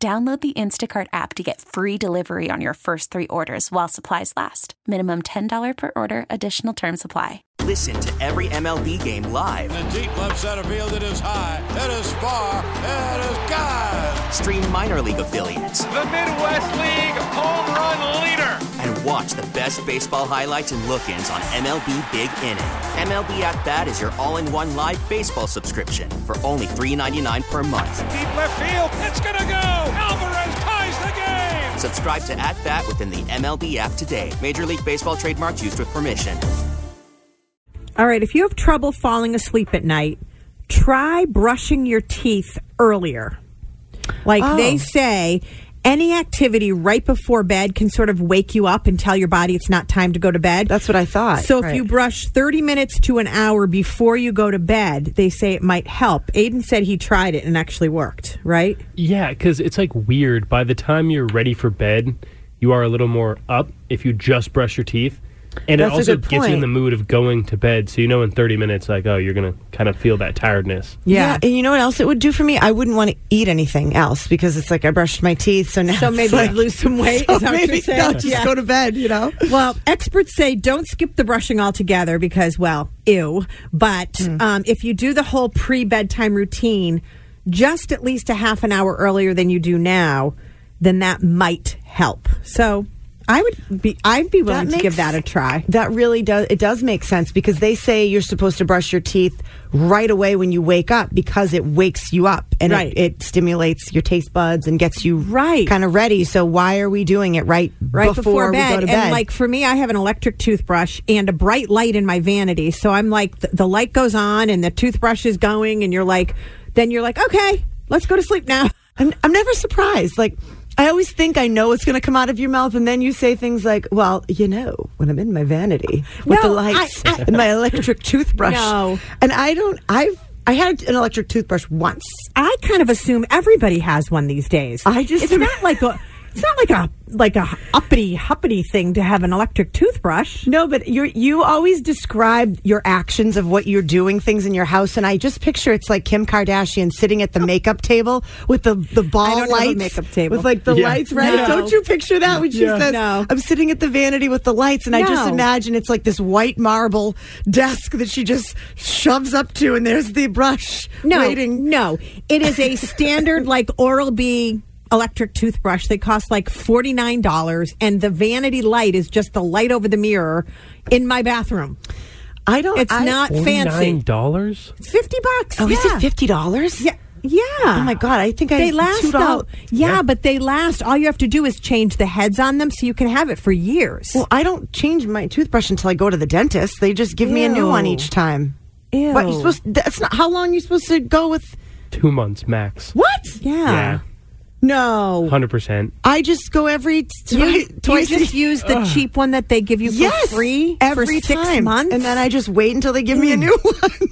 Download the Instacart app to get free delivery on your first three orders while supplies last. Minimum $10 per order, additional term supply. Listen to every MLB game live. In the deep left center field, it is high, it is far, it is God. Stream minor league affiliates. The Midwest League home run leader. And watch the best baseball highlights and look ins on MLB Big Inning. MLB At Bat is your all in one live baseball subscription for only $3.99 per month. Deep left field, it's going to go. Alvarez ties the game. Subscribe to At Bat within the MLB app today. Major League Baseball trademarks used with permission. All right, if you have trouble falling asleep at night, try brushing your teeth earlier. Like Oh. they say, any activity right before bed can sort of wake you up and tell your body it's not time to go to bed. That's what I thought. So if Right. you brush 30 minutes to an hour before you go to bed, they say it might help. Aiden said he tried it and actually worked, right? Yeah, because it's like weird. By the time you're ready for bed, you are a little more up if you just brush your teeth. And That's a it also good gets you in point. the mood of going to bed. So you know in 30 minutes, like, oh, you're going to kind of feel that tiredness. yeah. and you know what else it would do for me? I wouldn't want to eat anything else because it's like I brushed my teeth, so now So it's maybe like, I'd lose some weight, So is that what you're maybe saying? I'll just Yeah. go to bed. You know. Well, experts say don't skip the brushing altogether because, well, ew. But Hmm. um, if you do the whole pre bedtime routine just at least a half an hour earlier than you do now, then that might help. So I would be, I'd be willing That to give makes- that a try. That really does. It does make sense because they say you're supposed to brush your teeth right away when you wake up because it wakes you up and Right. it, it stimulates your taste buds and gets you Right. kind of ready. So why are we doing it right Right before, we bed, go to bed? and like for me, I have an electric toothbrush and a bright light in my vanity. So I'm like, the, the light goes on and the toothbrush is going, and you're like, then you're like, okay, let's go to sleep now. I'm, I'm never surprised. Like, I always think I know what's going to come out of your mouth, and then you say things like, "Well, you know, when I'm in my vanity with No, the lights I- I- and my electric toothbrush." No. and I don't. I've I had an electric toothbrush once. I kind of assume everybody has one these days. I just- it's not like a it's not like a like a uppity huppity thing to have an electric toothbrush. No, but you you always describe your actions of what you're doing things in your house, and I just picture it's like Kim Kardashian sitting at the makeup table with the the ball don't have a lights, makeup table. with like the Yeah. lights. Right? No. Don't you picture that when she Yeah. says, No. "I'm sitting at the vanity with the lights," and I just No. imagine it's like this white marble desk that she just shoves up to, and there's the brush No, waiting. no, it is a standard like Oral B electric toothbrush that costs like forty nine dollars, and the vanity light is just the light over the mirror in my bathroom. I don't. It's Oh, I- not fancy. $49? It's fifty bucks. Oh, yeah. is it fifty dollars? Yeah, yeah. Oh my god! I think I they last $2. though. Yeah, but they last. All you have to do is change the heads on them so you can have it for years. Well, I don't change my toothbrush until I go to the dentist. They just give me a new one Ew. each time. Ew. What you supposed? That's not how long you supposed to go with. Two months max. What? yeah. No, 100%. I just go every t- You, twi- you twice. a- just use the cheap one that they give you for yes, free every for six time. months, Mm. and then I just wait until they give me a new one.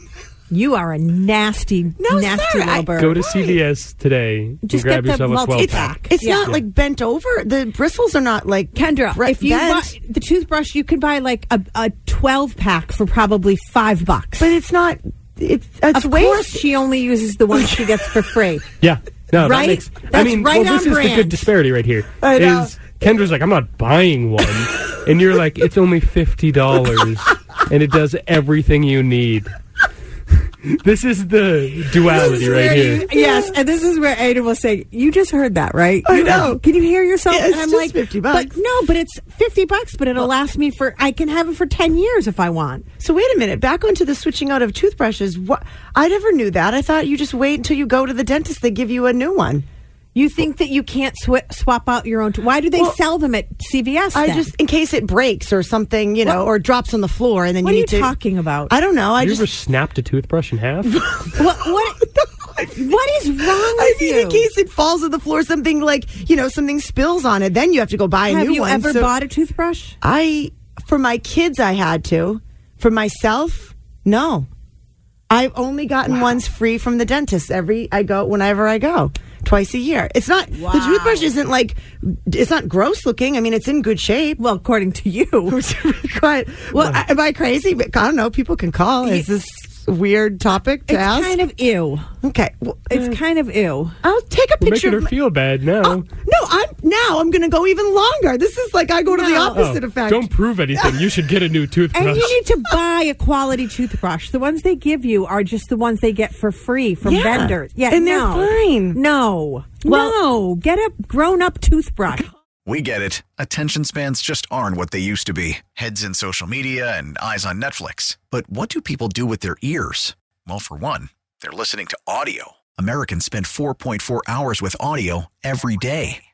you are a nasty, No, nasty sir, I- little bird. Go to CVS today and Just grab get the yourself a 12 multi- pack. It's Yeah. not like bent over. The bristles are not like Kendra, bre- if you buy bent. the toothbrush, you could buy like a, a twelve pack for probably five bucks. but it's not. It's, it's of waste. course, she only uses the one she gets for free. Yeah. No, Right? that makes. I That's mean, right well, this on is the brand. good disparity right here. I know. Is Kendra's like, I'm not buying one, and you're like, it's only fifty dollars, and it does everything you need. this is the duality right where here. you- yes, and this is where Aiden will say, "You just heard that, right? I You- know. Can you hear yourself?" Yeah, and it's I'm just like, 50 But bucks." no, but it's fifty bucks, but it'll last me for. I can have it for ten years if I want. So wait a minute. Back onto the switching out of toothbrushes. What? I never knew that. I thought you just wait until you go to the dentist. They give you a new one. You think that you can't swi swap out your own? t- Why do they Well, sell them at CVS? I then? just in case it breaks or something, you know, What- or drops on the floor, and then What are you need you to- talking about? I don't know. I you ever just snapped a toothbrush in half? what? what What is wrong with I mean, you? in case it falls on the floor, something like you know, something spills on it, then you have to go buy a Have new you one. ever So bought a toothbrush? I, for my kids, I had to. For myself, no. I've only gotten ones free from the dentist every I go whenever I go twice a year. It's not the toothbrush isn't like it's not gross looking. I mean, it's in good shape. Well, according to you. Quite, well, I, am I crazy? But I don't know. People can call. Is this a weird topic to It's Mm. ask? kind of ew. okay. Well, It's kind of ew. I'll take a We're picture. making her of my- Oh, feel bad now. no, I'm now. I'm going to go even longer. This is like I go to the No. opposite effect. Oh, Don't prove anything. You should get a new And toothbrush. you need to buy a quality toothbrush. The ones they give you are just the ones they get for free from Yeah. vendors. Yeah, And they're no. fine. No, Well- no, get a grown-up toothbrush. We get it. Attention spans just aren't what they used to be heads in social media and eyes on Netflix. But what do people do with their ears? Well, for one, they're listening to audio. Americans spend 4.4 hours with audio every day.